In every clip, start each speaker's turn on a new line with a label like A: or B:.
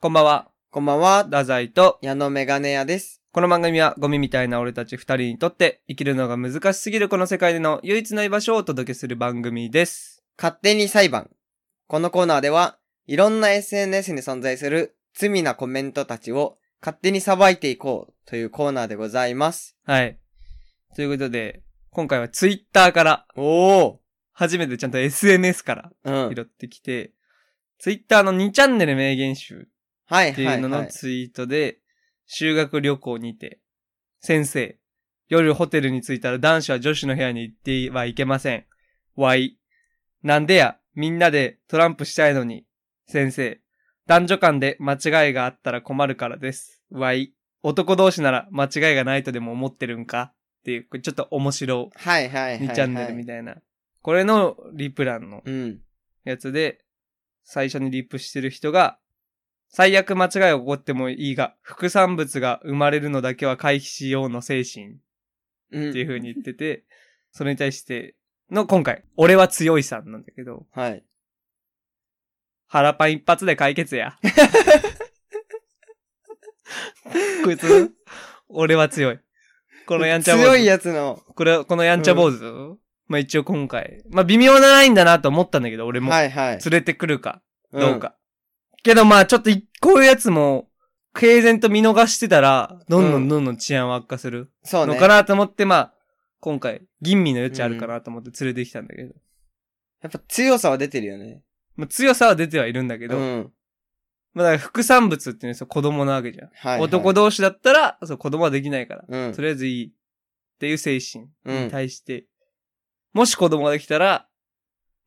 A: こんばんは、
B: こんばんは、
A: ダザイと、
B: 矢野メガネ屋です。
A: この番組はゴミみたいな俺たち二人にとって生きるのが難しすぎるこの世界での唯一の居場所をお届けする番組です。
B: 勝手に裁判。このコーナーでは、いろんな SNS に存在する罪なコメントたちを勝手に裁いていこうというコーナーでございます。
A: はい。ということで、今回はツイッターから、
B: お
A: 初めてちゃんと SNS から
B: ーうん。
A: 拾ってきて、ツイッターの2チャンネル名言集
B: はい
A: って
B: はいいう
A: の
B: は
A: の
B: い。
A: ツイートで、修学旅行にて、先生、夜ホテルに着いたら男子は女子の部屋に行ってはいけません。わい。なんでや、みんなでトランプしたいのに。先生、男女間で間違いがあったら困るからです。わい。男同士なら間違いがないとでも思ってるんかっていう、これちょっと面白
B: はいはいはい。
A: 2チャンネルみ
B: たい
A: たいな。これのリプランの
B: な。うん。
A: やつで、最初にリップしてる人が、最悪間違いを起こってもいいが、副産物が生まれるのだけは回避しようの精神っ
B: うん。
A: ていう風に言ってて、それに対しての今回、俺は強いさんなんだけど、
B: はい。
A: 腹パン一発で解決 や。こいつ、俺は強い。このやんちゃ坊主。
B: 強いやつの。
A: これ、このやんちゃ坊主、まあ一応今回、まあ微妙なラインだなと思ったんだけど、俺も。
B: はいはい
A: 連。れてくるか。
B: うん
A: どう。か。けどまあちょっといこういうやつも、平然と見逃してたら、どんど
B: うんん
A: どんどん治安は悪化する
B: そう
A: の
B: ね。
A: か
B: や
A: なと思って、まあ、今回、吟味の余地あるかなと思って連れてきたんだけど。
B: っぱ強さは出てるよね。
A: まあ強さは出てはいるんだけ
B: う
A: ど、
B: ん。
A: まあだから副産物っていうのはそう子供なわけじゃん。
B: はい。
A: 男
B: で。
A: 同士だったら、そう子供はできないから、
B: うん
A: と。りあえずいいっていう精神に対して、もし子供ができたら、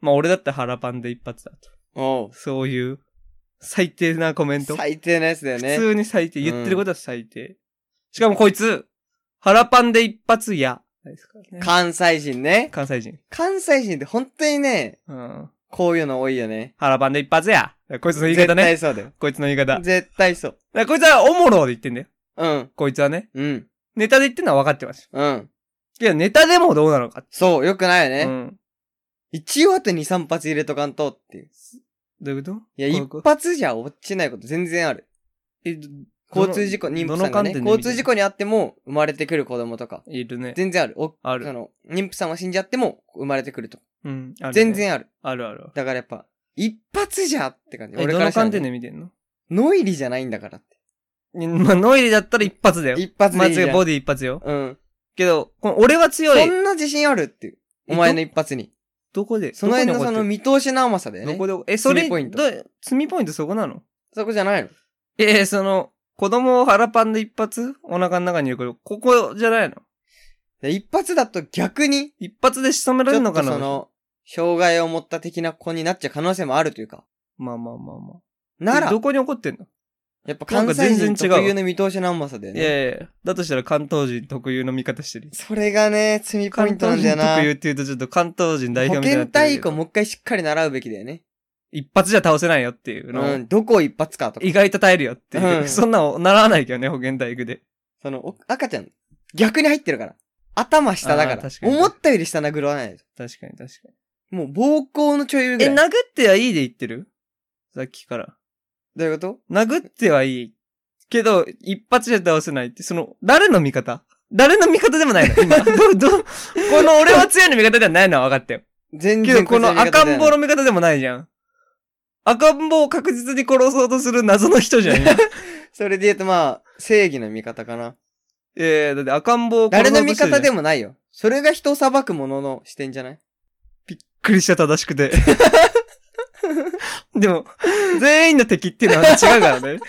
A: まあ俺だったら腹パンで一発だと。
B: おう
A: そういう、最低なコメント。
B: 最低なやつだよね。
A: 普通に最低。言ってることは最低。しかもこいつ、腹パンで一発や。ですからね
B: 関西人ね。
A: 関西人。
B: 関西人って本当にね、
A: うん。
B: こういうの多いよね。
A: 腹パンで一発や。こいつの言い方ね。
B: 絶対そうだよ。
A: こいつの言い方。だか
B: 絶対そう。
A: らこいつはおもろで言ってんだよ。
B: うん。
A: こいつはね。
B: うん。
A: ネタで言ってんのは分かってます。
B: うん。
A: いや、ネタでもどうなのか。
B: そう、よくないよ
A: う
B: ね。
A: ん。
B: 一応あと2、3発入れとかんとっていう。
A: どういうこと
B: いや、
A: こう
B: 一発じゃ落ちないこと全然ある。
A: えど
B: 交通事故、妊婦さ
A: どの
B: んがね、
A: 観点で見て
B: 交通事故にあっても生まれてくる子供とか、
A: いるね。
B: 全然ある。お
A: ある
B: その、妊婦さんは死んじゃっても生まれてくるとか。
A: うん。あるね
B: 全。然ある。
A: あるある。
B: だからやっぱ、一発じゃって感じ。
A: え、
B: 俺
A: ど
B: から
A: の
B: したら
A: 観
B: ね、
A: 点で見てんの
B: ノイリじゃないんだからって。
A: にまあ、ノイリだったら一発だよ。
B: 一発で
A: 間
B: いいじゃ
A: 違い、
B: ん。
A: ボディ一発よ。
B: うん。
A: けど、この俺は強
B: そ
A: い。
B: んな自信あるっていう。お前の一発に。
A: どこで
B: その辺
A: ど
B: の
A: こに
B: その
A: 怒っ
B: 見通しの甘さだ
A: て
B: よ
A: る
B: ね
A: ど。こで、え、それ、
B: 罪ポイント
A: ど罪ポイントそこなの
B: そこじゃないの
A: ええその、子供を腹パンで一発お腹の中に入れるここじゃないの
B: で一発だと逆に、
A: 一発で仕留めら
B: ち
A: れ
B: ょ
A: るの
B: っ
A: か
B: と
A: な
B: その、障害を持った的な子になっちゃう可能性もあるというか。
A: まあまあまあまあ。
B: なら
A: え、どこに怒ってんの、
B: やっぱ
A: なんか
B: 関西
A: 全
B: 人
A: 然違うわ
B: 特有の見通しの甘さだよ
A: い
B: ね。
A: やいやだとしたら関東人特有の見方してる。
B: それがね、罪ポイ
A: 関
B: ントな
A: 東
B: ん
A: 人
B: だよな
A: 特。有って言うとちょっと関東人代
B: 保
A: 表みたいにな
B: 健
A: ってる
B: 体
A: け
B: 育
A: ど
B: をもう一回しっかり習うべきだよね。
A: 一発じゃ倒せないよっていうのを、
B: うん、どこを一発かとか
A: 意。外と耐えるよっていう。
B: うん
A: そんなの習わないけどね、保健体育で。
B: その、お赤ちゃん、逆に入ってるから。頭下だか
A: あー
B: ら
A: 確。かに
B: 思ったより下殴らないと。
A: 確かに確かに。
B: もう暴行のちょい上ぐ
A: え、
B: ら
A: 殴
B: い。
A: ってはいいで言ってるさっきから。
B: どういうこと
A: 殴ってはいい。けど、一発じゃ倒せないって、その、誰の味方誰の味方でもないの今。ど、ど、この俺は強いの味方ではないのは分かったよ。
B: 全
A: け
B: 然
A: ど、この赤ん坊
B: の。
A: の味方でもないじゃん。赤ん坊を確実に殺そうとする謎の 人じゃん。今
B: それで言うとまあ、正義の味方かな。
A: ええだって赤ん坊を殺
B: 誰
A: そうと
B: の
A: してるじ
B: 味
A: ゃん。
B: 方で
A: も。
B: もないよ。それが人を裁くものの視点じゃない
A: クリシャ正しくて。 でも、全員の敵っていうのは違うから ね。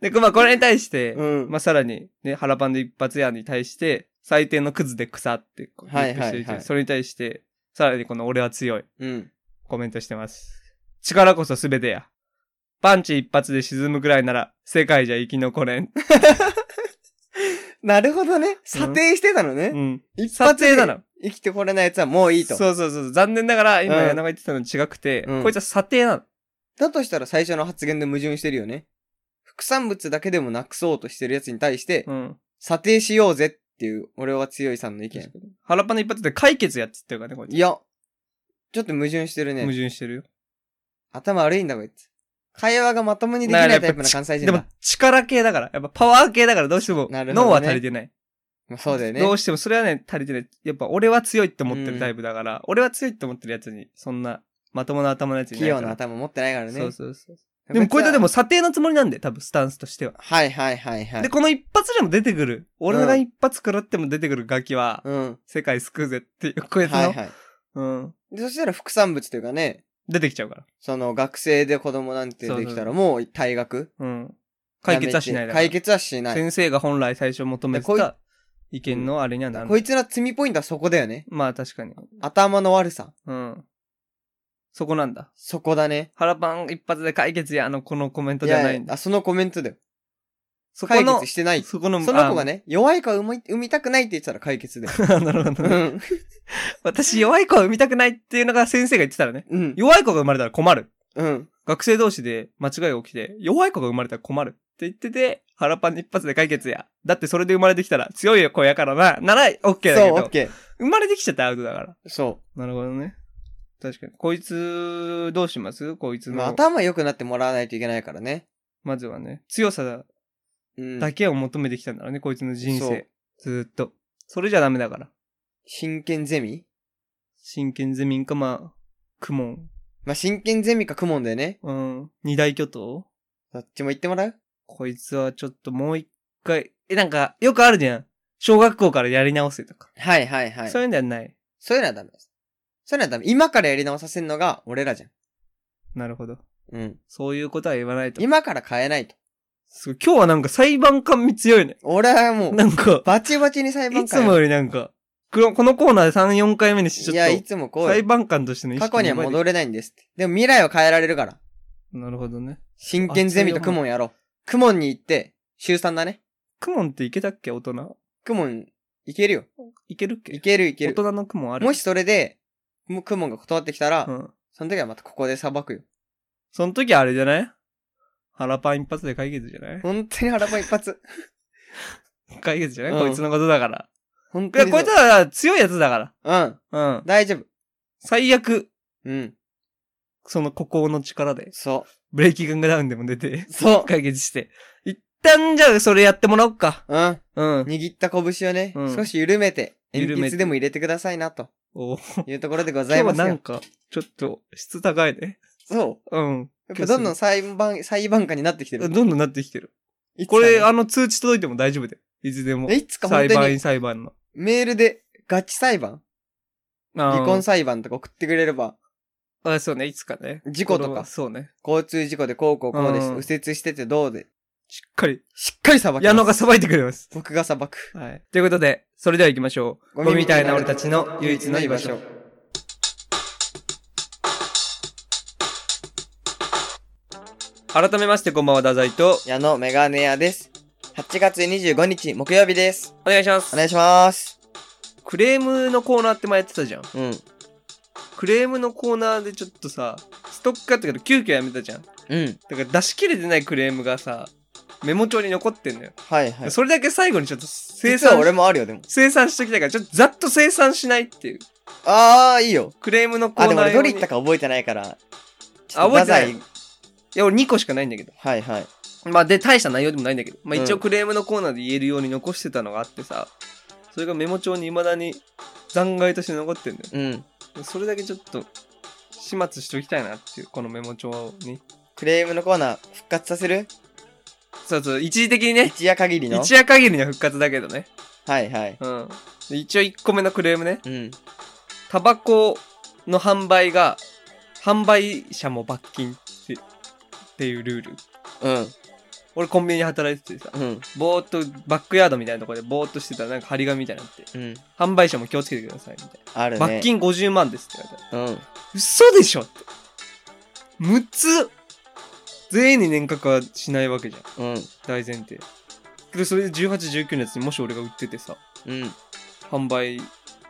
A: で、まあこれに対して、
B: うん。
A: まあ、さらに、ね、腹パンで一発やに対して、最低のクズで草ってこう、
B: はいはいはい
A: リップしててそれに対して、さらにこの俺は強い、
B: うん。
A: コメントしてます。力こそ全てや。パンチ一発で沈むくらいなら、世界じゃ生き残れ ん。
B: なるほどね。査定してたのね。
A: うん。
B: 一
A: 査
B: 発で
A: 定なの。
B: 生きてこれないやつはもういいと。
A: そうそうそう。残念ながら、今、
B: うん
A: 柳が言ってたの違くて、
B: うん
A: こいつは査定なの。
B: だとしたら最初の発言で矛盾してるよね。副産物だけでもなくそうとしてるやつに対して、
A: うん。
B: 査定しようぜっていう、俺は強いさんの意見。
A: 腹パンの一発で解決やっつってるからね、こいつ。
B: いや、ちょっと矛盾してる
A: 矛
B: ね。
A: 盾してるよ。
B: 頭悪いんだこいつ。会話がまともにできないタイプの関西人
A: でも
B: だ。
A: 力系だから、やっぱパワー系だからどうしても
B: なるほどね
A: 脳は足りてない。
B: まあそうだよね
A: ど。うしてもそれはね、足りてない。やっぱ俺は強いって思ってるタイプだから、俺は強いって思ってるやつに、そんなまともな頭のやつに
B: 器用な頭持ってないからね。
A: そうそうそう。でもこういったでも査定のつもりなんで、多分スタンスとしては。
B: はいはいはいはい。
A: で、この一発でも出てくる、俺が一発食らっても出てくるガキは、
B: うん。
A: 世界救うぜっていう、こいつの、
B: はいはい。
A: うん、
B: で、そしたら副産物というかね、
A: 出てきちゃうから。
B: その学生で子供なんてできたらもう退学
A: うん。解決はしないだから
B: 解決はしない。
A: 先生が本来最初求めて
B: でこ
A: た意見のあれにはなる。
B: こいつの罪ポイントはそこだよね。
A: まあ確かに。
B: 頭の悪さ。
A: うん。そこなんだ。
B: そこだね。
A: 腹パン一発で解決や、あの、このコメント
B: い
A: じゃ
B: や
A: ないい
B: や
A: ん、だ。
B: あ、そのコメントだよ。
A: そこ
B: 解
A: の
B: 決、してない。そ
A: そこの、
B: の子がね、弱い子は産み産みたくないって言ってたら解決だよ。
A: あ ー。なるほど
B: う
A: ね。
B: ん。
A: 私、弱い子は産みたくないっていうのが先生が言ってたらね。
B: うん。
A: 弱い子が生まれたら困る。
B: うん。
A: 学生同士で間違いが起きて、弱い子が生まれたら困るって言ってて、腹パン一発で解決や。だってそれで生まれてきたら強い子やからな。なら、オッケーだけ
B: そう、
A: ど。
B: オッケ
A: 生まれてきちゃったらアウトだから。
B: ー。そ。
A: なるほどね。確かに。こいつ、どうしますこいうつの。
B: まあ、頭良くなってもらわないといけないからね。
A: まずはね、強さ
B: うん。
A: だけを求めてきたんだろうね、こいつの人
B: そう
A: 生。ずーっと。それじゃダメだから。
B: 真剣ゼミ
A: 真剣ゼミンか、まあ、クモン。
B: まあ、真剣ゼミかクモンだよね。
A: うん。二大巨頭
B: どっちも言ってもらう
A: こいつはちょっともう一回。え、なんか、よくあるじゃん。小学校からやり直せとか。
B: はいはいはい。
A: そういうんではない。
B: そういうのはダメです。そういうのはダメ。今からやり直させるのが俺らじゃん。
A: なるほど。
B: うん。
A: そういうことは言わないと。
B: 今から変えないと。
A: すごい今日はなんか裁判官味強いね。
B: 俺はもう、
A: なんか、
B: バチバチに裁
A: い
B: 判
A: つ
B: 官
A: もよりなんか、このこのコーナーで3、4回目にしてちょっと。
B: いや、いつもこう
A: 裁
B: よ。
A: 判官としての意
B: 過
A: 識
B: 去には戻れないんですって。でも未来は変えられるから。
A: なるほどね。
B: 真剣ゼミとクモンやろう。クモンに行って、週3だね。
A: クモンっていけたっけ大人。
B: クモン、いけるよ。
A: いけるっけ
B: いけるいけ
A: 大
B: る。
A: 人のクモンある
B: もしそれで、もクモンが断ってきたら、
A: うん。
B: その時はまたここで裁くよ。
A: その時あれじゃない腹パン一発で解決じゃない
B: 本当に腹パン一発。
A: 解決じゃない、
B: うん
A: こいつのことだから。
B: 本
A: いや、
B: 当に
A: こ
B: そ
A: い
B: う。
A: つは強いやつだか
B: うん。
A: ら。うん。
B: 大丈夫。
A: 最悪、
B: うん。
A: その孤高の力で、
B: そ
A: ブレーキガンがダウンでも出て、
B: う。そ
A: 解決して。一旦じゃあそれやってもらおうか。
B: う。うん。
A: うん。
B: 握った拳をね、
A: うん
B: 少し緩めて、鉛
A: 緩めて
B: 筆でも入れてくださいな、 と
A: おー
B: いうところでござ
A: 今日
B: いま
A: は
B: す
A: なん
B: よ。
A: か、ちょっと、質高いね。
B: そう。
A: うん。
B: やっぱどんどん裁判、裁判官になってきて
A: ど
B: る。
A: んどんなってきてる。
B: いつか
A: こ
B: ね
A: れ、あの、通知届いても大丈夫だよ。いつでも。
B: いつか本
A: 裁
B: 当
A: 判員
B: に
A: 裁判の。
B: メールでガチ裁判離
A: 離
B: 婚裁判とか送ってくれれば、
A: あ、そうね、いつかね。
B: 事故とか
A: これはそうね。
B: 交通事故でこうこうこうで
A: うん
B: す。右折しててどうで。
A: しっかり、
B: しっかり裁きます。
A: 矢野がさばいてくれます。
B: 僕が裁く。
A: はい。ということで、それでは行きましょう。ゴミみたいな俺たちの唯一の居場所。。改めまして、こんばんは、太宰と、
B: 矢野メガネ屋です。8月25日木曜日です。
A: お願いします。
B: お願いします。
A: クレームのコーナーって前やってたじゃん。
B: うん。
A: クレームのコーナーでちょっとさ、ストック買ったけど急遽やめたじゃん。だ
B: うん。
A: から出し切れてないクレームがさ、メモ帳に残ってんのよ。
B: はいはい。
A: それだけ最後にちょっと生
B: 実は
A: 産
B: 俺
A: し、
B: もあるよ、でも。
A: 生産しときたいから、ちょっとざっと生産しないっていう。
B: あー、いいよ。
A: クレームのコーナ
B: あ、で
A: ー
B: も
A: 用
B: 俺
A: に
B: どれ行ったか覚えてないから。ちょ
A: あ
B: っと
A: 覚えてない
B: 太宰
A: いや、俺2個しかないんだけど。
B: はいはい。
A: まあ、で、大した内容でもないんだけど。まあ、
B: うん
A: 一応クレームのコーナーで言えるように残してたのがあってさ、それがメモ帳に未だに残骸として残ってんだ
B: うん。
A: よ。それだけちょっと、始末しておきたいなっていう、このメモ帳に。
B: クレームのコーナー復活させる
A: そうそう、一時的にね、
B: 一夜限りの
A: 一夜限りの復活だけどね。
B: はいはい。
A: うん。で一応1個目のクレームね。
B: うん。
A: タバコの販売が、販売者も罰金って、っていうルール。
B: うん。
A: 俺コンビニで働いててさ、
B: うん。
A: ぼーっと、バックヤードみたいなところでぼーっとしてたらなんか張り紙みたいになって、
B: うん。
A: 販売者も気をつけてください、みたい
B: ある
A: な。
B: ね。
A: 罰金50万ですって言われたら。
B: うん。
A: 嘘でしょって。6つ全員に年額はしないわけじゃん。
B: うん。
A: 大前提。で、それで18、19のやつにもし俺が売っててさ、
B: うん。
A: 販売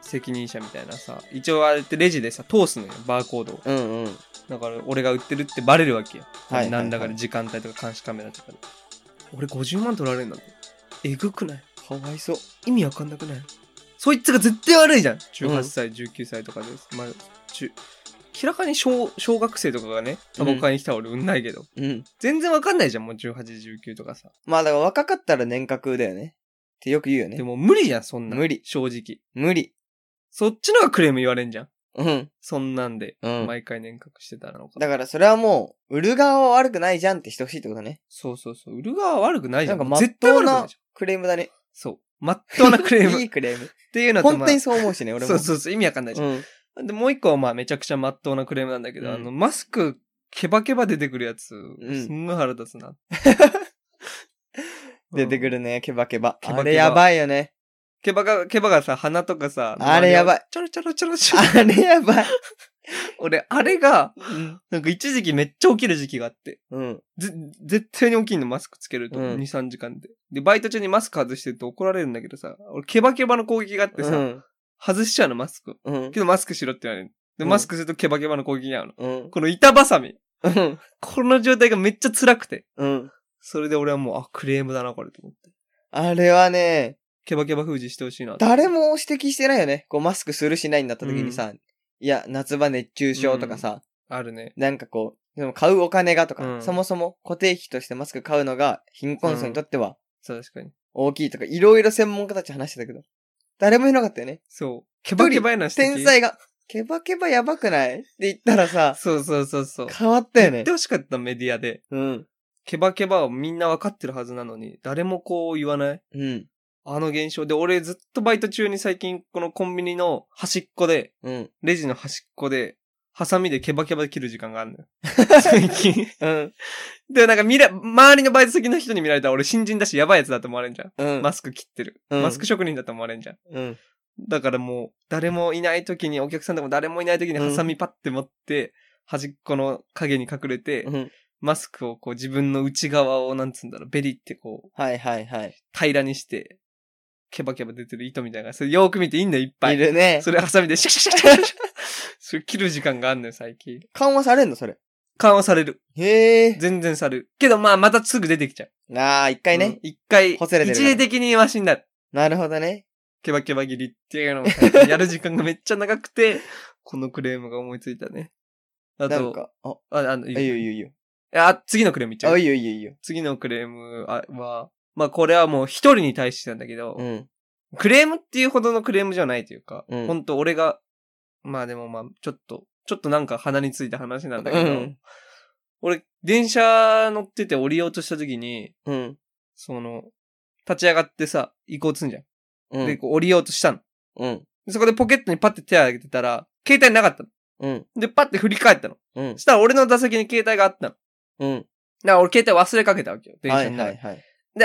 A: 責任者みたいなさ、一応あれってレジでさ、通すのよ、バーコードを。
B: うん。うん。
A: だから俺が売ってるってバレるわけよ。
B: はいはいはい
A: なんだから時間帯とか監視カメラとかで。俺50万取られるんだって。えぐくない
B: かわいそう。
A: 意味わかんなくないそいつが絶対悪いじゃん !18 歳、19歳とかで、まあ、中明らかに小、小学生とかがね、タバコ買いに来たら俺売んないけど。
B: うん。
A: 全然わかんないじゃん、もう18、19とかさ。
B: まあだから若かったら年格だよね。ってよく言うよ
A: で
B: ね。
A: も無理じゃん、そんなん。
B: 無理
A: 正直。
B: 無理。
A: そっちのがクレーム言われんじゃん。
B: うん。
A: そんなんで、
B: うん。
A: 毎回年格してたらのか。
B: だからそれはもう、売る側は悪くないじゃんってしてほしいってことね。
A: そうそうそう。売る側は悪くないじ
B: な
A: ゃん。
B: んかまっ
A: 絶対
B: とう
A: 悪くない
B: な
A: じゃん。
B: クレームだね。
A: そう。まっとうなクレーム。
B: い
A: っ
B: いクレーム。
A: ていうのと、
B: 本
A: まあ
B: 当にそう思うしね、俺も。
A: そうそうそう、意味わかんないじゃん。
B: うん。
A: で、もう一個はまあめちゃくちゃ真っ当なクレームなんだけど、
B: うん
A: あの、マスク、ケバケバ出てくるやつ、
B: ん
A: すんごい腹立つな。
B: 出てく
A: る。
B: るね、ケバケバ。
A: ケバケバ
B: あれやばいよね。
A: ケバが、ケバがさ、鼻とかさ、
B: あれやばい。
A: ちょろちょろちょろちょろ。
B: あれやばい。
A: 俺、あれが、
B: うん
A: なんか一時期めっちゃ起きる時期があって。
B: うん。
A: ぜ、絶対に起きんの、マスクつけると。
B: うん
A: 2、3時間で。で、バイト中にマスク外してると怒られるんだけどさ、俺、ケバケバの攻撃があって
B: う
A: さ、
B: ん。
A: 外しちゃうの、マスク。
B: うん。
A: けど、マスクしろって言われる。で、
B: うん
A: マスクするとケバケバの攻撃に合うの。
B: うん。
A: この板挟み。
B: うん。
A: この状態がめっちゃ辛くて。
B: うん。
A: それで俺はもう、あ、クレームだな、これと思って。
B: あれはね、
A: ケバケバ封じしてほしいな。
B: 誰も指摘してないよね。こうマスクするしないになった時にさ、いや、夏場熱中症とかさ、
A: あるね。
B: なんかこう、でも買うお金がとか、
A: うん
B: そもそも固定費としてマスク買うのが貧困層にとっては
A: そう確かに。
B: 大きいとか、いろいろ専門家たち話してたけど、誰もいなかったよね。
A: そう。ケバケバやな、
B: 天才が、ケバケバやばくないって言ったらさ、
A: そうそうそうそう。
B: 変わったよね
A: 言って。ほしかったメディアで。
B: うん。
A: ケバケバをみんなわかってるはずなのに、誰もこう言わない
B: うん。
A: あの現象で、俺ずっとバイト中に最近、このコンビニの端っこで、
B: うん。
A: レジの端っこで、ハサミでケバケバ切る時間があ るのよ。最近。
B: うん。
A: で、なんか見ら、周りのバイト先の人に見られたら俺新人だしやばいやつだと思われんじゃん。
B: うん。
A: マスク切ってる。
B: うん
A: マスク職人だと思われんじゃん。
B: うん。
A: だからもう、誰もいない時に、お客さんでも誰もいない時に、
B: うん
A: ハサミパッて持って、端っこの影に隠れて、
B: うん。
A: マスクをこう自分の内側を、なんつうんだろう、ベリってこう、
B: はいはいはい。
A: 平らにして、ケバケバ出てる糸みたいな。それよく見ていいんだよ、いっぱい。
B: いるね。
A: それハサミでシャシャシャシャシャシャ。それ切る時間があんのよ、最近。
B: 緩和されんのそれ。
A: 緩和される。
B: へえ。
A: 全然される。けどまあ、またすぐ出てきちゃう。
B: ああ、一回
A: うん
B: ね。
A: 一回、
B: ほつれてるか
A: 一
B: ら
A: 時的にマシになる。
B: なるほどね。
A: ケバケバ切りっていうのを最近やる時間がめっちゃ長くて、 このクレームが思いついたね。あ
B: なん
A: と、
B: か、あ、
A: あ、あの、いい
B: あいいよいいよいいよ。
A: あ、次のクレームいっちゃ
B: あ、
A: う
B: いい。よいいよいいよ。
A: 次のクレームあは、まあこれはもう一人に対してなんだけど、
B: うん。
A: クレームっていうほどのクレームじゃないというか、
B: うん
A: ほんと俺が、まあでもまあちょっと、ちょっとなんか鼻についた話なんだけ
B: う
A: ど、
B: ん
A: 俺、電車乗ってて降りようとした時に、
B: うん。
A: その、立ち上がってさ、移行こうとすんじゃん。
B: うん。
A: で、こう降りようとしたの。
B: うん。
A: でそこでポケットにパッて手を挙げてたら、携帯なかったの。
B: うん。
A: で、パッて振り返ったの。
B: うん
A: そ。したら俺の座席に携帯があったの。だか
B: うん。
A: ら俺携帯忘れかけたわけよ。電
B: は
A: 車
B: い
A: の中
B: は
A: で
B: い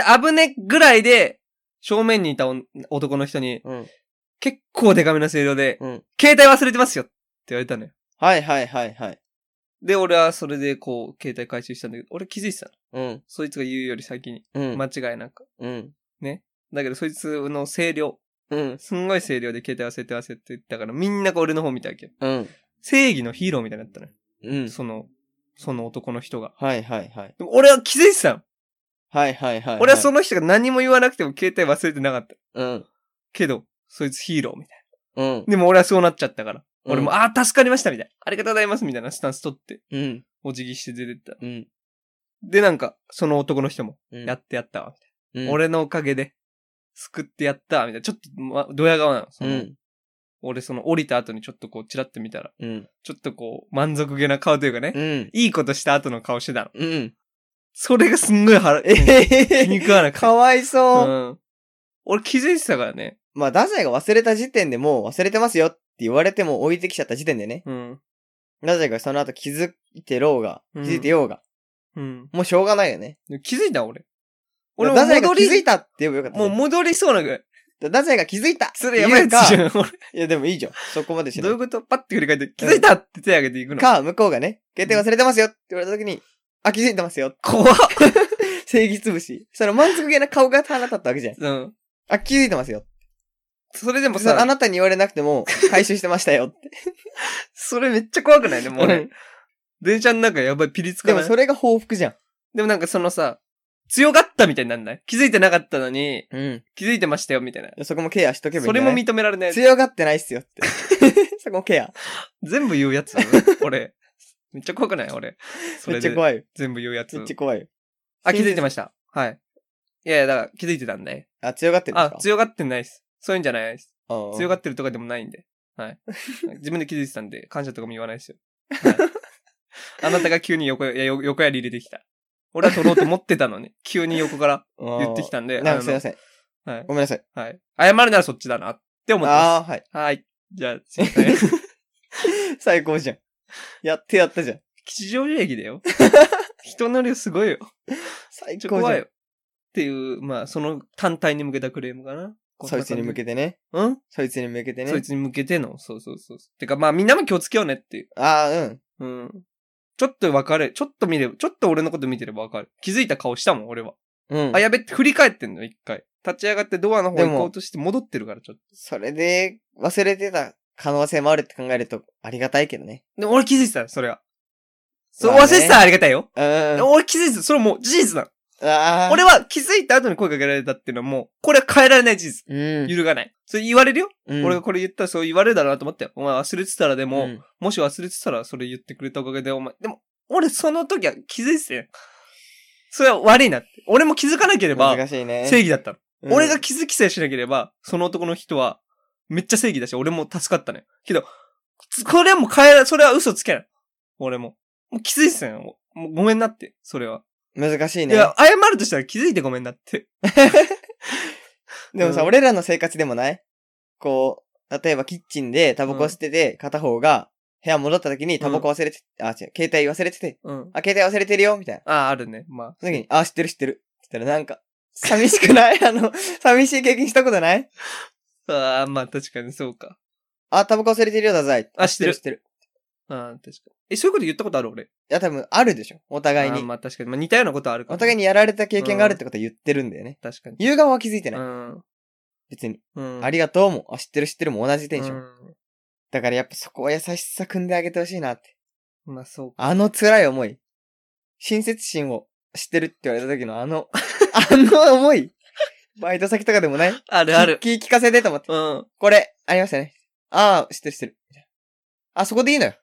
B: はい。
A: で、危ねぐらいで、正面にいたおん男の人に、
B: うん。
A: 結構デカめな声量で、
B: うん。
A: 携帯忘れてますよって言われたのよ。
B: はいはいはいはい。
A: で、俺はそれでこう、携帯回収したんだけど、俺気づいてたの。
B: うん。
A: そいつが言うより先に。
B: うん。
A: 間違いなく。
B: うん。
A: だけど、そいつの声量、
B: うん。
A: すんごい声量で携帯忘れて忘れてって言ったから、みんなこう俺の方見たわけよ。
B: うん。
A: 正義のヒーローみたいになったのよ。
B: うん。
A: その、その男の人が。
B: はいはいはい。
A: でも俺は気づいてたの。
B: はいはいはい。
A: 俺はそ
B: の、
A: の人が何も言わなくても携帯忘れてなかった。
B: うん。
A: けど、そいつヒーローみたい
B: うん
A: な。。でも俺はそうなっちゃったから。俺も、
B: あ、
A: ああ、助かりましたみたいな。ありがとうございますみたいなスタンス取って、
B: うん。
A: お辞儀して出てった。
B: うん。
A: で、なんか、その男の人も、
B: うん
A: やってやったわ、みたい
B: うん
A: な。、俺のおかげで、救ってやったわ、みたいな。ちょっと、ま、ドヤ顔なの。そうの
B: ん。
A: 俺、その、降りた後にちょっとこう、チラッと見たら、
B: うん。
A: ちょっとこう、満足げな顔というかね、
B: うん。
A: いいことした後の顔してたの。
B: うん。
A: それがすんごい腹、
B: え
A: 気
B: へ
A: に
B: へ。
A: 食わなくて。
B: かわいうそう。
A: ん。俺気づいてたからね。
B: まあ、ダザイが忘れた時点でもう忘れてますよって言われても置いてきちゃった時点でね。
A: うん。
B: ダザイがその後気づいてろうが、
A: う
B: 気
A: ん
B: づいてようが、
A: うん。
B: もうしょうがないよね。
A: で気づいた俺。俺
B: 俺
A: も
B: ダザイ
A: 戻
B: が気
A: り、
B: づいたって言えばよかったね。
A: もう戻りそうなぐらい。
B: ダザイが気づいた
A: それやばいやつじ
B: っていうか
A: ゃん、俺。
B: いや、でもいいじゃん。そこまでし
A: ど
B: な
A: ういうことパッて振り返って、気づいたって手挙げていくの。
B: か、向こうがね、携帯忘れてますよって言われた時に、あ、気づいてますよ。
A: 怖っ。
B: 正義つぶし。その満足げな顔が腹立ったわけじゃん。
A: うん。
B: あ、気づいてますよ。
A: それでも
B: そあ
A: さ、
B: なたに言われなくても、回収してましたよって。
A: それめっちゃ怖くないでも
B: う
A: 俺
B: ん。
A: 電車の中やばいピリつ
B: で
A: か
B: も
A: ない。
B: それが報復じゃん。
A: でもなんかそのさ、強がったみたいになんない気づいてなかったのに、
B: うん。
A: 気づいてましたよ、みたいな。
B: そこもケアしとけばいい
A: そ
B: んじ
A: れ
B: ゃな
A: も
B: い
A: 認められない。
B: 強がってないっす よって。そこもケア。
A: 全部言うやつ 俺。めっちゃ怖くない俺。そ
B: めっ
A: れ
B: ちゃ
A: で
B: 怖いよ。
A: 全部言うやつ
B: めっ。ちゃ怖いよ。
A: あ、気づいてました。はい。いやいや、だから気づいてたんで。
B: あ、強がってるんです
A: あ
B: か、
A: 強がってないです。そういうんじゃないです。強が
B: っ
A: ってるとかでもないんで。 はい。自分で気づいてたんで、感謝とかも言わないですよ。はい、あなたが急に横やよ横やり入れてきた。俺は取ろうと思ってた のに、急に横から言ってきたんで。
B: な
A: あ
B: ん
A: の
B: かすいません。
A: はい。
B: ごめんなさい。
A: はい。謝るならそっちだなって思ってま
B: ああー、はい。
A: す。はい。じゃあ、すいませ ん。
B: 最高じゃん。やってやったじゃん。
A: 吉祥寺駅だ よ。人乗りすごいよ。
B: 最
A: ちょ
B: 高じ
A: 怖
B: ゃ
A: いよ。
B: ん。
A: っていう、まあ、その単体に向けたクレームかな。こんな
B: そ
A: 感
B: い
A: じ
B: つに向けてね。
A: うん
B: そいつに向けてね。
A: そいつに向けての、そうそうそう。てか、まあみんなも気をつけようねっていう。
B: ああ、うん。
A: うん。ちょっと分かれ、ちょっと見れば、ちょっと俺のこと見てれば分かる。気づいた顔したもん、俺は。
B: うん
A: あ、。やべって振り返ってんの、一回。立ち上がってドアの方
B: で
A: 行
B: も
A: こうとして戻ってるから、ちょっ
B: それで、忘れてた可能性もあるって考えると、ありがたいけどね。
A: と。でも俺気づいてたよ、それは。そう、
B: まあね
A: 忘れてたらありがたいよ。
B: うん。あ
A: 俺気づいてた、それもう事実なの。
B: あ。
A: 俺は気づいた後に声かけられたっていうのはもう、これは変えられない事実。
B: うん。
A: 揺るがない。それ言われるよ、
B: うん
A: 俺がこれ言ったらそう言われるだろうなと思ったよ。お前忘れてたらでも、
B: うん
A: もし忘れてたらそれ言ってくれたおかげで、お前。でも、俺その時は気づいてたよ。それは悪いなって。俺も気づかなければ、
B: 難しいね。
A: 正義だったの。
B: うん
A: 俺が気づきさえしなければ、その男の人は、めっちゃ正義だし、俺も助かったね。けど、つこれはもう変えら、それは嘘つけない。俺も。もう気づいてたよ。もうもうごめんなって、それは。
B: 難しい
A: い
B: ね。
A: や、謝るとしたら気づいてごめんなって。
B: でもさ、
A: うん
B: 俺らの生活でもないこう、例えばキッチンでタバコ吸ってて、片方が部屋戻った時にタバコ忘れて、あ、違う、携帯忘れてて、
A: うん。
B: あ、携帯忘れてるよ、みたいな。
A: ああ、あるね。まあ。
B: その時に、あ、知ってる知ってる。って言ったらなんか、寂しくない あの、寂しい経験したことない
A: ああ、まあ確かにそうか。
B: あ、タバコ忘れてるよ、だざい。
A: あ知ってる
B: 知ってる。
A: ああ、確かに。え、そういうこと言ったことある俺。
B: いや、多分、あるでしょ。お互い
A: あー
B: に。
A: まあ確かに。まあ似たようなことあるから。
B: お互い
A: に。
B: にやられた経験があるってことは言ってるんだよね。
A: 確かに。
B: 言う側は気づいて
A: う
B: ない。
A: ん。
B: 別に。
A: うん。
B: ありがとうも、あ、知ってる知ってるも同じテンション。
A: ン。
B: だからやっぱそこは優しさ組んであげてほしいなって。
A: まあそうか。
B: あの辛い思い。親切心を知ってるって言われた時の あの、あの思い。バイト先とかでもない
A: あるある。
B: 聞き聞かせてと思って。
A: うん。
B: これ、ありましたね。ああ、知ってる知ってる。あ、そこでいいのよ。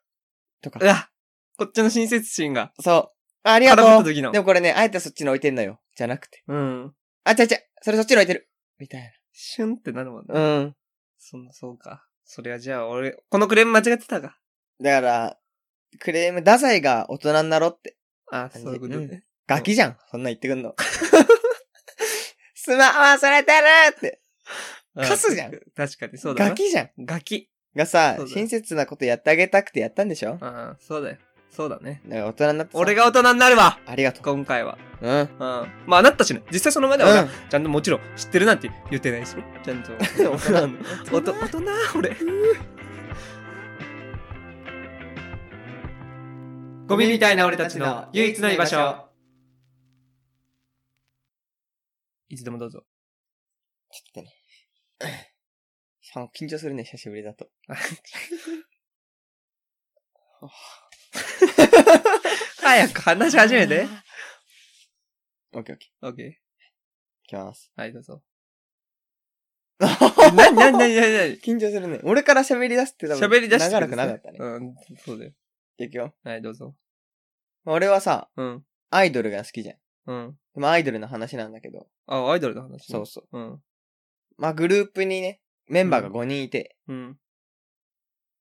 B: と
A: う
B: か。
A: わ。こっちの親切心が
B: そう。ああり
A: 絡
B: がと
A: まった
B: う。
A: 時の
B: で。もこれね、あえてそっちに置いてんのよ。じゃなくて。
A: うん。
B: あ、ちゃちゃ、それそっちに置いてる。みたい
A: シュンってなるもんね。
B: な。うん。
A: そんな、そうか。そりゃじゃあ俺、このクレーム間違ってたか。
B: だから、クレーム、太宰が大人になろうって。
A: ああ、そういうこと
B: う
A: ね。
B: ガキじゃん。そんなん言ってく んの。スマホ忘れてるって。
A: ああ
B: カスじゃん。
A: 確かに、そうだな。
B: ガキじゃん。
A: ガキ。
B: がさ
A: そう、だよ
B: 親切なことやってあげたくてやったんでしょ
A: ああ、そうだよ。そうだね。
B: だから大人になってさ
A: 俺が大人になるわ
B: ありがとう。
A: 今回は。
B: うん。うん。
A: うん。まあ、なったしね。実際その前では俺はちゃんともちろん知ってるなんて言ってないしね。ちゃんと。大人の。大人、大人、俺。ゴミみたいな俺たちの唯一の居場所。。いつでもどうぞ。
B: ちょっとね。 あ緊張するね、久しぶりだと。
A: 早く話し始めて。
B: オッケーオッケー。い
A: オッケ
B: きます。
A: ー。はい、どうぞ。な、 な、な、
B: 緊
A: な、な、
B: 張するね。俺から喋り出すって多分
A: 喋り出して
B: 長らくなかったね。
A: うん、そうだよ。
B: いくよ。
A: はい、どうぞ。
B: まあ俺はさ、
A: うん、
B: アイドルが好きじゃん。
A: うん。
B: まあアイドルの話なんだけど。
A: あ、アイドルの話。
B: そうそう。
A: う。うん、
B: まあグループにね、メンバーが5人いて、
A: うん、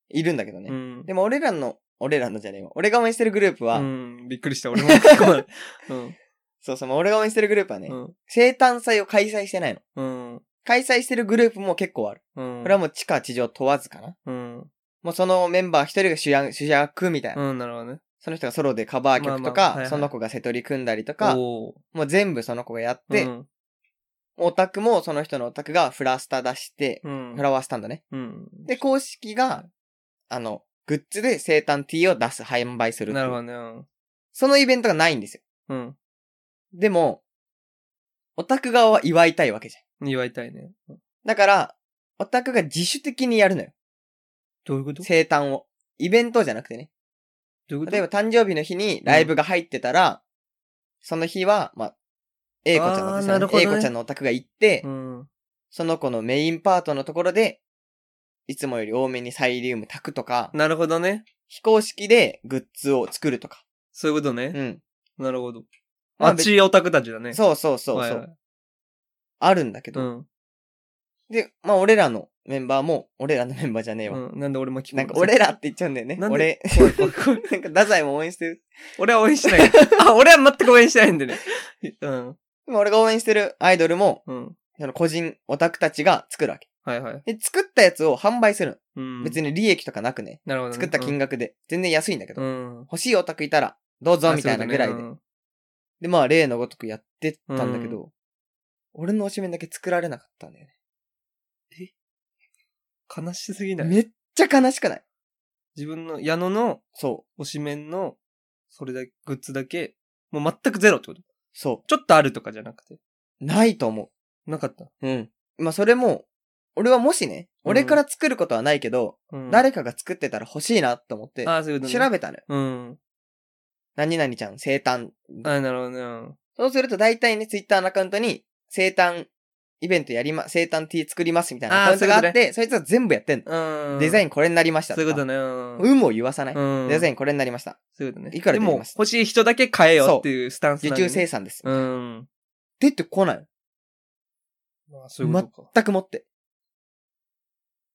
B: いるんだけど
A: う
B: ね。
A: ん。
B: でも俺らの、俺らのじゃねえわ。俺が応援してるグループは、
A: うん、びっくりした、俺も。 うん、
B: そうそう、まあ俺が応援してるグループはね、
A: うん、
B: 生誕祭を開催してないの。
A: うん、
B: 開催してるグループも結構ある。
A: うん。
B: これはもう地下地上問わずかな。
A: うん、
B: もうそのメンバー一人が主役、主役みたいな。
A: うん、なるほどね。
B: その人がソロでカバー曲と
A: まあ
B: か、
A: まあはいはい
B: その子がセトリ組んだりとか、
A: おー
B: もう全部その子がやって、
A: うん、
B: オタクもその人のオタクがフラスタ出して、
A: うん
B: フラワースタンドね。
A: うん。
B: で、公式が、あの、グッズで生誕 T を出す、販売するってい
A: な
B: う
A: るほどね。うん
B: そのイベントがないんですよ。
A: うん。
B: でも、オタク側は祝いたいわけじゃん。
A: 祝いたいね。
B: だから、オタクが自主的にやるのよ。
A: どういうこと
B: 生誕を。イベントじゃなくてね。
A: どういうこと
B: 例えば誕生日の日にライブが入ってたら、その日は、まあ、 A 子ちゃんのお宅
A: あーなるほどね
B: A 子ちゃんのお宅が行って、
A: うん。
B: その子のメインパートのところで、いつもより多めにサイリウム炊くとか、
A: なるほどね。
B: 非公式でグッズを作るとか。
A: そういうこと
B: う
A: ね。
B: ん。
A: なるほど。
B: まあ
A: あっちオタクたちだね。
B: そうそうそうそう、
A: はいはい
B: あるんだけ
A: う
B: ど、
A: ん。
B: で、まあ俺らのメンバーも、俺らのメンバーじゃねえわ。
A: うん。なんで俺も聞こえ
B: なんか 俺らって言っちゃうんだよね。
A: なん
B: 俺
A: で、怖い怖い怖い
B: なんか太宰も応援してる。
A: 俺は応援して ない。あ、俺は全く応援してないんでね。うん。
B: でも俺が応援してるアイドルも、
A: うん。
B: その個人オタクたちが作るわけ。
A: はいはい。
B: で、作ったやつを販売する
A: うん。
B: の。別に利益とかなくね。
A: なるほどね、
B: 作った金額で。全然安いんだけど。
A: うん。
B: 欲しいオタクいたら、どうぞみたいなぐらいで。
A: あ。そううこ
B: で、まあ例のごとくやってったんだけど、俺の推しメンだけ作られなかったんだよね。
A: とねうん悲しすぎない。
B: めっちゃ悲しくない
A: 自分の矢野の
B: そう。
A: 推しメンの、それだけ、グッズだけ、もう全くゼロってこと
B: そ
A: ちょっとあるとかじゃなくて。
B: う。ないと思
A: なかった。
B: う。うん。まあそれも、俺はもしね、
A: うん
B: 俺から作ることはないけど、
A: うん、
B: 誰かが作ってたら欲しいなと思って、
A: ああ、そういうこと、ね、
B: 調べたのよ。
A: うん。
B: 何々ちゃん生誕。
A: ああ、なるほどねうん。
B: そうすると大体ね、ツイッターのアカウントに、生誕イベントやりま、生誕 T 作りますみたいなアカウントがあ
A: あ
B: っ
A: ーそ
B: て、そいつは全部やってんの。
A: うん。
B: デザイ
A: ン
B: ンこれになりました
A: そう
B: と
A: いうこと
B: か。
A: ね。うん。
B: 有無を言わさない。
A: うん、
B: デザ
A: イン。
B: インこれになりました。
A: そういうことね。
B: いくらで
A: で
B: 売り
A: も
B: ま、す
A: 欲しい人だけ買えよっていうスタンス
B: 受
A: なんで、ね。
B: 注生産です。
A: うん。
B: 出てこない。
A: まあ、そういうことか。
B: 全くもって。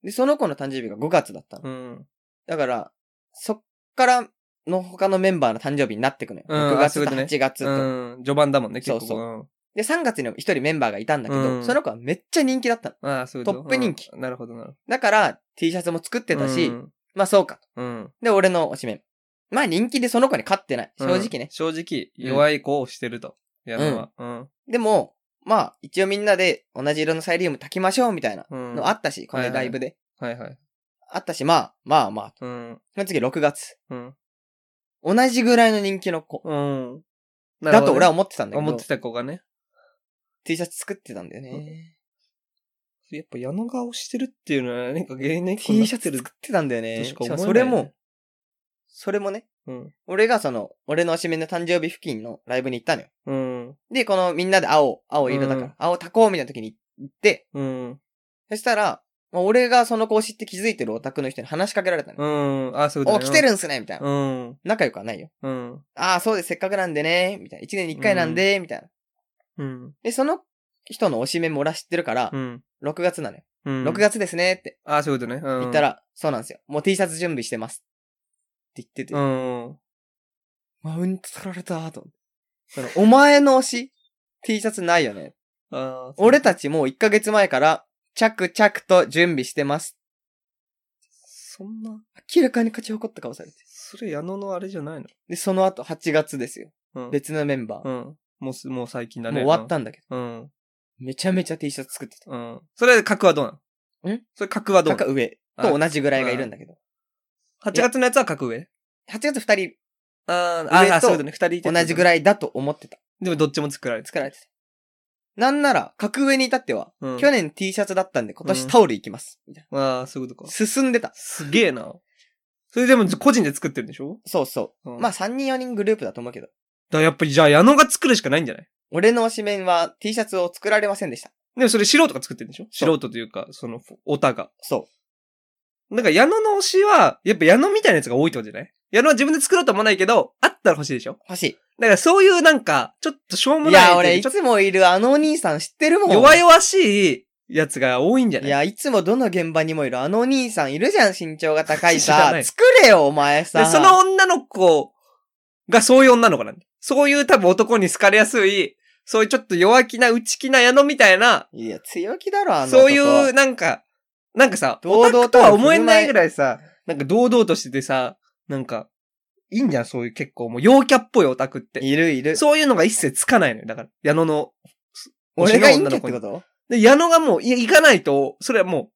B: で、その子の誕生日が5月だったの。
A: うん。
B: だから、そっからの他のメンバーの誕生日になってくのよ。
A: うん
B: 6
A: あそういう
B: 月
A: こ
B: と
A: とね
B: 8月と。
A: うん。序盤だもんね、結構。
B: そうそ
A: うん
B: で、3月にも一人メンバーがいたんだけど、
A: うん
B: その子はめっちゃ人気だったの。
A: ああ、そういうこと
B: トップ人気
A: うんなるほど、なるほど。
B: だから、T シャツも作ってたし、
A: うん
B: まあそうか。
A: うん。
B: で、俺の推しメン。まあ人気でその子に勝ってない。正直
A: うん
B: ね。
A: 正直、弱い子をしてると。やるのは。うん。
B: でも、まあ一応みんなで同じ色のサイリウム炊きましょうみたいな
A: うん。
B: のあったし、こ
A: は
B: の
A: いはい
B: ライブで。
A: はいはい。
B: あったし、まあ、まあまあ。
A: うん。
B: その次6月。
A: うん。
B: 同じぐらいの人気の子。
A: うん。
B: だと俺は
A: は
B: 思ってたんだけ
A: 思
B: ど
A: って、た子がね。
B: T シャツ作ってたんだよね。
A: やっぱ矢野顔してるっていうのは、なんか芸人
B: T シャツ作ってたんだよね。
A: と
B: し
A: し
B: か
A: か思え
B: も
A: ない
B: それも、それもね、
A: うん。
B: 俺がその、俺のおしめの誕生日付近のライブに行ったのよ。
A: うん。
B: で、このみんなで青、青色だか
A: う
B: ら、青炊こうみたいな時に行って、
A: うん。
B: そしたら、まあ俺がその子を知って気づいてるオタクの人に話しかけられたのよ。
A: うん。あ、そういうこ
B: お、
A: とね
B: 来てるんすねみたいな。
A: うん。
B: 仲良くはないよ。
A: うん。
B: ああ、そうです、せっかくなんでね、みたいな。一年に一回なんで、みたいな。
A: うん。
B: で、その人のおしめも俺は知ってるから
A: う、ん。
B: 6月なのよ。
A: うん。
B: 6月ですねって
A: あ、そういうことね。うん。
B: 言った。ら、そうなんですよ。もう T シャツ準備してます。って言ってて、
A: うん。
B: マウント取られたーと思って。その、お前の推し ?T シャツないよね。
A: あー
B: 俺たちもう1ヶ月前から、着々と準備してます。
A: そんな、
B: 明らかに勝ち誇った顔されて。
A: それ矢野のあれじゃないの
B: で、その後8月ですよ。
A: うん。
B: 別のメンバー。
A: うん。もうす、もう最近だ
B: も
A: ね。
B: う終わったんだけど。
A: うん。
B: めちゃめちゃ T シャツ作ってた。
A: うん。それ、格はどうなの
B: ん
A: それ、格はどうな
B: かか
A: の
B: 上と同じぐらいがいるんだけど。
A: ?8 月のやつは格上
B: 8月2
A: あ
B: 上
A: ーあー、
B: と
A: そういうことね。二人いて。
B: 人同じぐ
A: い。
B: らいだと思ってた。
A: でもどっちも作られて
B: 作られてた。なんなら、格上に至っては、
A: うん
B: 去年 T シャツだったんで今
A: う
B: 年
A: ん
B: タオル行きます。みたいな
A: た。ああ、そういうことか。
B: 進んでた。
A: すげえな。それでも個人で作ってるんでしょ
B: そうそう。
A: うん
B: まあ3人4人グループだと思うけど。
A: だからやっぱりじゃあ矢野が作るしかないんじゃない
B: 俺の推しメンは T シャツを作られませんでした。
A: でもそれ素人が作ってるんでしょ
B: そ
A: 素
B: う
A: 人というか、その、オタが。
B: そ
A: だから矢野の推しは、やっぱ矢野みたいなやつが多いってことじゃない矢野は自分で作ろうと思わないけど、あったら欲しいでしょ
B: う。欲し
A: だからそういうなんか、ちょっとしょう
B: い。
A: も
B: い
A: ない
B: や、
A: と
B: 俺
A: いう
B: い
A: かちょっ
B: つもいるあのお兄さん知ってるもん。
A: と弱々しいやつが多いんじゃない
B: いや、いつもどの現場にもいるあのお兄さんいるじゃん、身長が高い
A: 知ら
B: さ
A: な。い
B: 作れよ、お前さ。
A: で、その、女の子がそういう女の子なんだ。そういう多分男に好かれやすい、そういうちょっと弱気な内気な矢野みたいな、
B: いや、強気だろ、あの男。
A: そういう、なんか、なんかさ、堂
B: 堂々
A: 々
B: と
A: と
B: は
A: は
B: 思
A: 思
B: え
A: え
B: な
A: ないいぐ
B: ぐら
A: らいさ、なんか堂々としててさ、なんか、いいんじゃん、そういう結構もう陽キャっぽいオタクって。
B: いるいる。
A: そういうのが一切つかないのよ。だから、矢野の。
B: 俺がいいん
A: 推し
B: だ
A: の
B: ってこ
A: に
B: と
A: で、矢野がもうい行かないと、それはも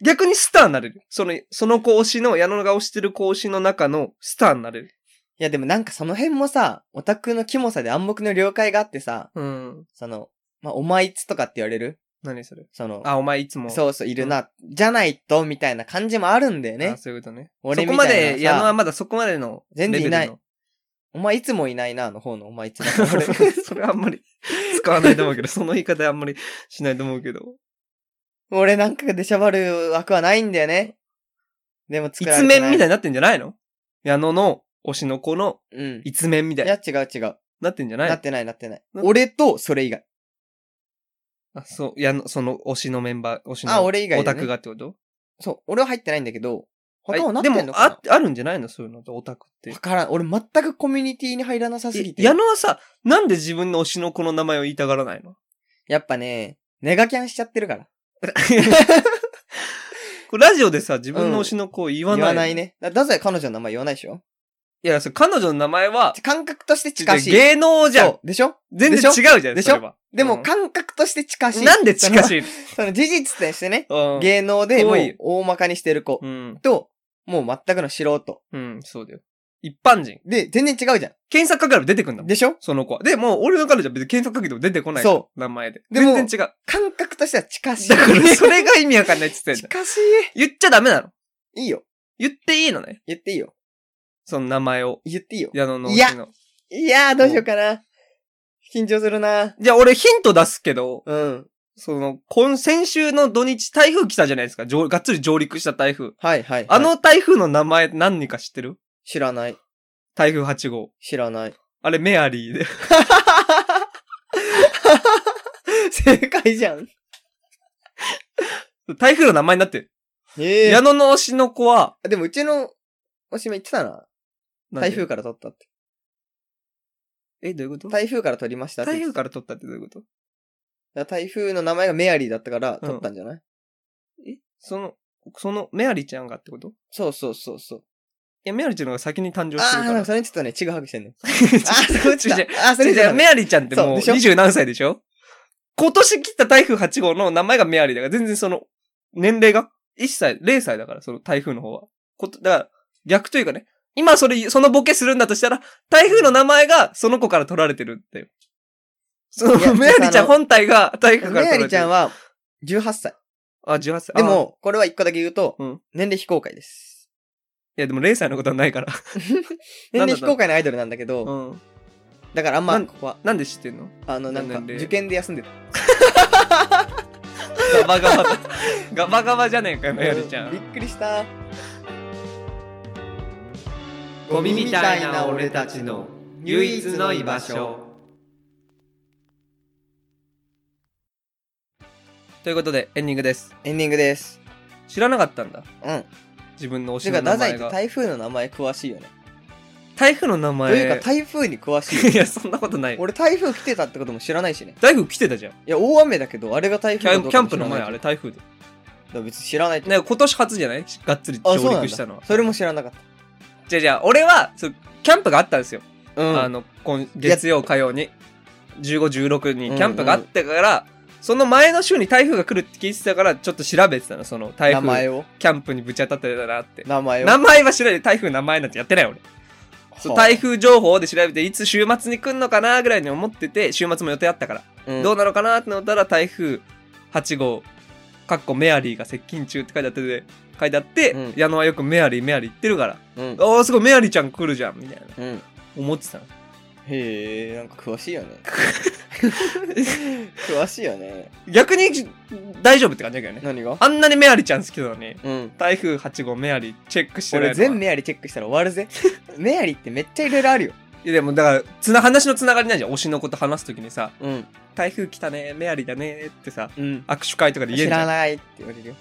A: う、逆にスターになれる。その、その子推しの、矢野が推してる子推しの中のスターになれる。
B: いや、でもなんかその辺もさ、オタクのキモさで暗黙の了解があってさ、
A: うん。
B: その、まあ、お前いつとかって言われる
A: 何それ。
B: その、
A: あ、お前いつも。
B: そうそう、いるな、じゃないと、みたいな感じもあるんだよ
A: う
B: ね
A: ね。。そういうことね。
B: 俺
A: そ
B: みた
A: こま
B: いなさ
A: で、矢野はまだそこまでのレベルの。
B: 全然いないお前いつもいないな、の方のお前いつ も。俺
A: それはあんまり 使わないと思うけど、その言い方あんまりしないと思うけど。
B: 俺なんかでしゃばる枠はないんだよね。でも作ら
A: 一
B: れてない。
A: 面みたいに
B: い
A: なってんじゃないの矢野の推しの子の
B: な。うん。い
A: 一面みたい
B: や、
A: に
B: 違う違う。
A: なってんじゃない
B: な
A: の
B: ってないなってない。
A: な
B: 俺とそれ以外。
A: あそう、矢野、その推しのメンバー、推し
B: あ、
A: の
B: 俺以外
A: オ
B: だ
A: タ
B: ね、
A: クがってこと
B: そう、俺は入ってないんだけど、他
A: あ
B: はなっ
A: で
B: てん
A: も
B: の、か
A: あ、あるんじゃないのそういうのって、オタクって
B: なわ。からん。俺全くコミュニティに入らなさすぎて。
A: え矢野はさ、なんで自分の推しの子の名前を言いたがらないの
B: やっぱね、ネガキャンしちゃってるから。
A: これラジオでさ、自分の推しの子を言わ
B: 言
A: ない。
B: わない。ね。だだぜ彼女の名前言わないでしょ
A: いや、それ彼女の名前は、
B: 感覚として近しい。
A: 芸能じゃん
B: そう。でしょ
A: 全然違
B: で
A: う
B: し
A: じゃん。
B: でしょ
A: それは
B: で
A: う
B: も
A: ん
B: 感覚として近しい。
A: なんで近しい
B: その事実としてね、
A: の
B: 芸能でも
A: 遠
B: う
A: い
B: 大まかにしてる子
A: うん。
B: と、もう全くの素人。
A: うん、そうだよ。一般人。
B: で、全然違うじゃ
A: 検索かければ出てくんだ
B: ん。
A: もん。
B: でしょ
A: その子は。で、もう俺の彼女は別に検索かけても出てこない。。
B: そう
A: 名前で。
B: でも
A: 全然違う。
B: 感覚としては近しい。
A: だ から、それが意味わかんないって言ってんだ。
B: 近し
A: 言っちゃダメなの。
B: い。いいよ。
A: 言っていいのね。
B: 言っていいよ。
A: その名前を。
B: 言っていいよ。
A: 矢野のう
B: い
A: ち
B: や
A: の。
B: いやー、どうしようかな。緊張するな。
A: じゃあ俺ヒント出すけど、
B: うん。
A: その、今、先週の土日台風来たじゃないですか。上がっつり上陸した台風。
B: はいはい、はい。
A: あの台風の名前何か知ってる
B: 知らない。
A: 台風8号。
B: 知 らない。
A: あれメアリーで。
B: 正解じゃん。
A: 台風の名前になってる。
B: え
A: 矢野の推しの子は、
B: でもうちのおしめ言ってたな。
A: なんて
B: 台風から撮ったって。
A: え、どういうこと
B: 台風から撮りましたって
A: 台
B: 言っ
A: 風
B: て
A: か
B: た。
A: ら取ったってどういうこと
B: だから台風の名前がメアリーだったから
A: うん
B: 撮ったんじゃない、
A: えその、その、メアリーちゃんがってことい
B: そうそうそうそう。
A: や、メアリーちゃんの方が先に誕生してる
B: ああー、
A: か
B: なん
A: ら
B: か。それにちょっとね、ちぐはぐしてん
A: 違
B: の。
A: う
B: あー、それち
A: 違う違う
B: あー、それ
A: 違う
B: じ
A: 違
B: ゃ
A: うメアリーちゃんって
B: そう
A: もう
B: でしょ
A: 20何歳でしょ今年来た台風8号の名前がメアリーだから、全然その、年齢が1歳、0歳だから、その台風の方は。こと、だから、逆というかね、今それ、そのボケするんだとしたら、台風の名前がその子から取られてるって。その
B: いや
A: メアリーちゃん
B: あの
A: 本体が台風から取ら
B: メア
A: れてる。
B: リーちゃんは18歳。
A: あ、18歳。
B: で
A: あー、
B: も、これは一個だけ言うと、
A: うん
B: 年齢非公開です。
A: いやでも0歳のことはないから。な
B: 年
A: んだ
B: 齢非公開のアイドルなんだけど、
A: うん。
B: だからあん
A: な
B: ま、
A: ん
B: ここは、
A: なんで知ってんの
B: あの、なんか、
A: 年齢
B: 受験で休んでた。
A: ガバガバだ。ガバガバじゃねえかよ、メアリーちゃ
B: うんびっ
A: ん。
B: くりした。
A: ゴミみたいな俺たちの唯一の居場所。ということで、エンディングです。
B: エンディングです。
A: 知らなかったんだ。
B: うん。
A: 自分の推
B: て
A: し
B: か、
A: の
B: 太
A: 名前
B: 宰って
A: が。
B: 台風の名前詳しいよね。
A: 台風の名前。
B: というか、台風に詳しいよ。
A: いや、そんなことない。
B: 俺、台風来てたってことも知らないしね。
A: 台風来てたじゃん。
B: いや、大雨だけど、あれが台
A: キ
B: 風
A: ャ
B: か
A: ン
B: どう
A: キャ
B: か
A: ン
B: も
A: プ
B: 知ら
A: の
B: ない
A: 前、あれ台風で。
B: だから別に知らないと。
A: ね今年初じゃないがっつり
B: あ、そう
A: 上
B: なん
A: 陸したのは
B: だ。。それも知らなかっ
A: じゃあじゃあ、俺は、そうキャンプがあったんですよ。
B: た。うん。
A: あの、今月曜、火曜に、15、16にキャンプがあってから、その前の週に台風が来るって聞いてたから、ちょっと調べてたの、その台
B: 名前
A: 風、
B: を
A: キャンプにぶち当たってたなって。
B: 名前を
A: 名前は調べて、台風名前なんてやってない俺。そう
B: はあ
A: 台風情報で調べて、いつ週末に来んのかなぐらいに思ってて、週末も予定あったから、
B: うん
A: どうなのかなって思ったら、台風8号、かっこメアリーが接近中って書いてあってて、書いてあって、
B: うん
A: 矢野はよくメアリー、メアリー言ってるから、
B: うん
A: おー、すごい、メアリーちゃん来るじゃん、みたいな。
B: うん
A: 思ってたの。
B: へえなんか詳し いよね詳しいよね
A: 逆に大丈夫って感じだけどね。
B: 何が
A: あんなにメアリちゃん好きなのに、
B: うん
A: 台風8号メアリチェックしてないのは
B: 俺全メアリチェックしたら終わ るぜメアリってめっちゃいろいろあるよ
A: いやでもだから、つな、話のつながりないじゃん。推しのこと話すときにさ、
B: うん
A: 台風来たね、メアリだねってさ、
B: うん
A: 握手会とかで言え
B: 知
A: んじゃ
B: ら
A: ん。
B: ないって言わ れるよ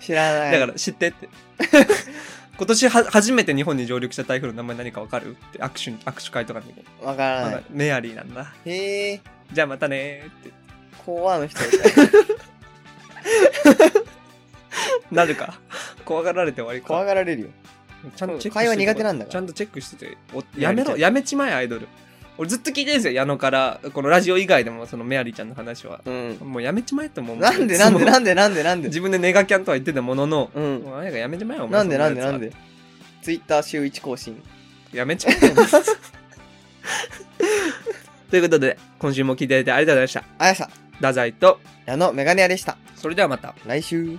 B: 知らない
A: だから知って って。今年は初めて日本に上陸した台風の名前何かわかるって握手に、握手会とかの時に、
B: らわからな
A: あ
B: い
A: メアリーなんだ。
B: へえ
A: じゃあまたねーって。
B: 怖の人み たい
A: なるか。怖がられて終わり
B: 怖
A: か。
B: がられるよ
A: ちゃんとチェックして
B: 会話苦手なんだから
A: ちゃんとチェックしてて。お
B: メア
A: や
B: リ
A: め
B: ーちゃん
A: ろ、やめちまえ、アイドル。俺ずっと聞いてるんですよ、矢野から。このラジオ以外でも、そのメアリーちゃんの話は。
B: うん
A: もうやめちまえと思う。
B: なんでなんで
A: いつ
B: な
A: も
B: んでなんでなんで
A: 自分でネガキャンとは言ってたものの、
B: うん
A: もうあやがやめちまえよ、お前
B: なんでなんで
A: そ
B: なん
A: やつは
B: でツイッター週一更新
A: やめちまえよ。お前ということで、今週も聞いていただいてありがとうございました。
B: あやさ
A: 太宰と、
B: 矢野メガネ屋でした
A: それではまた。
B: 来週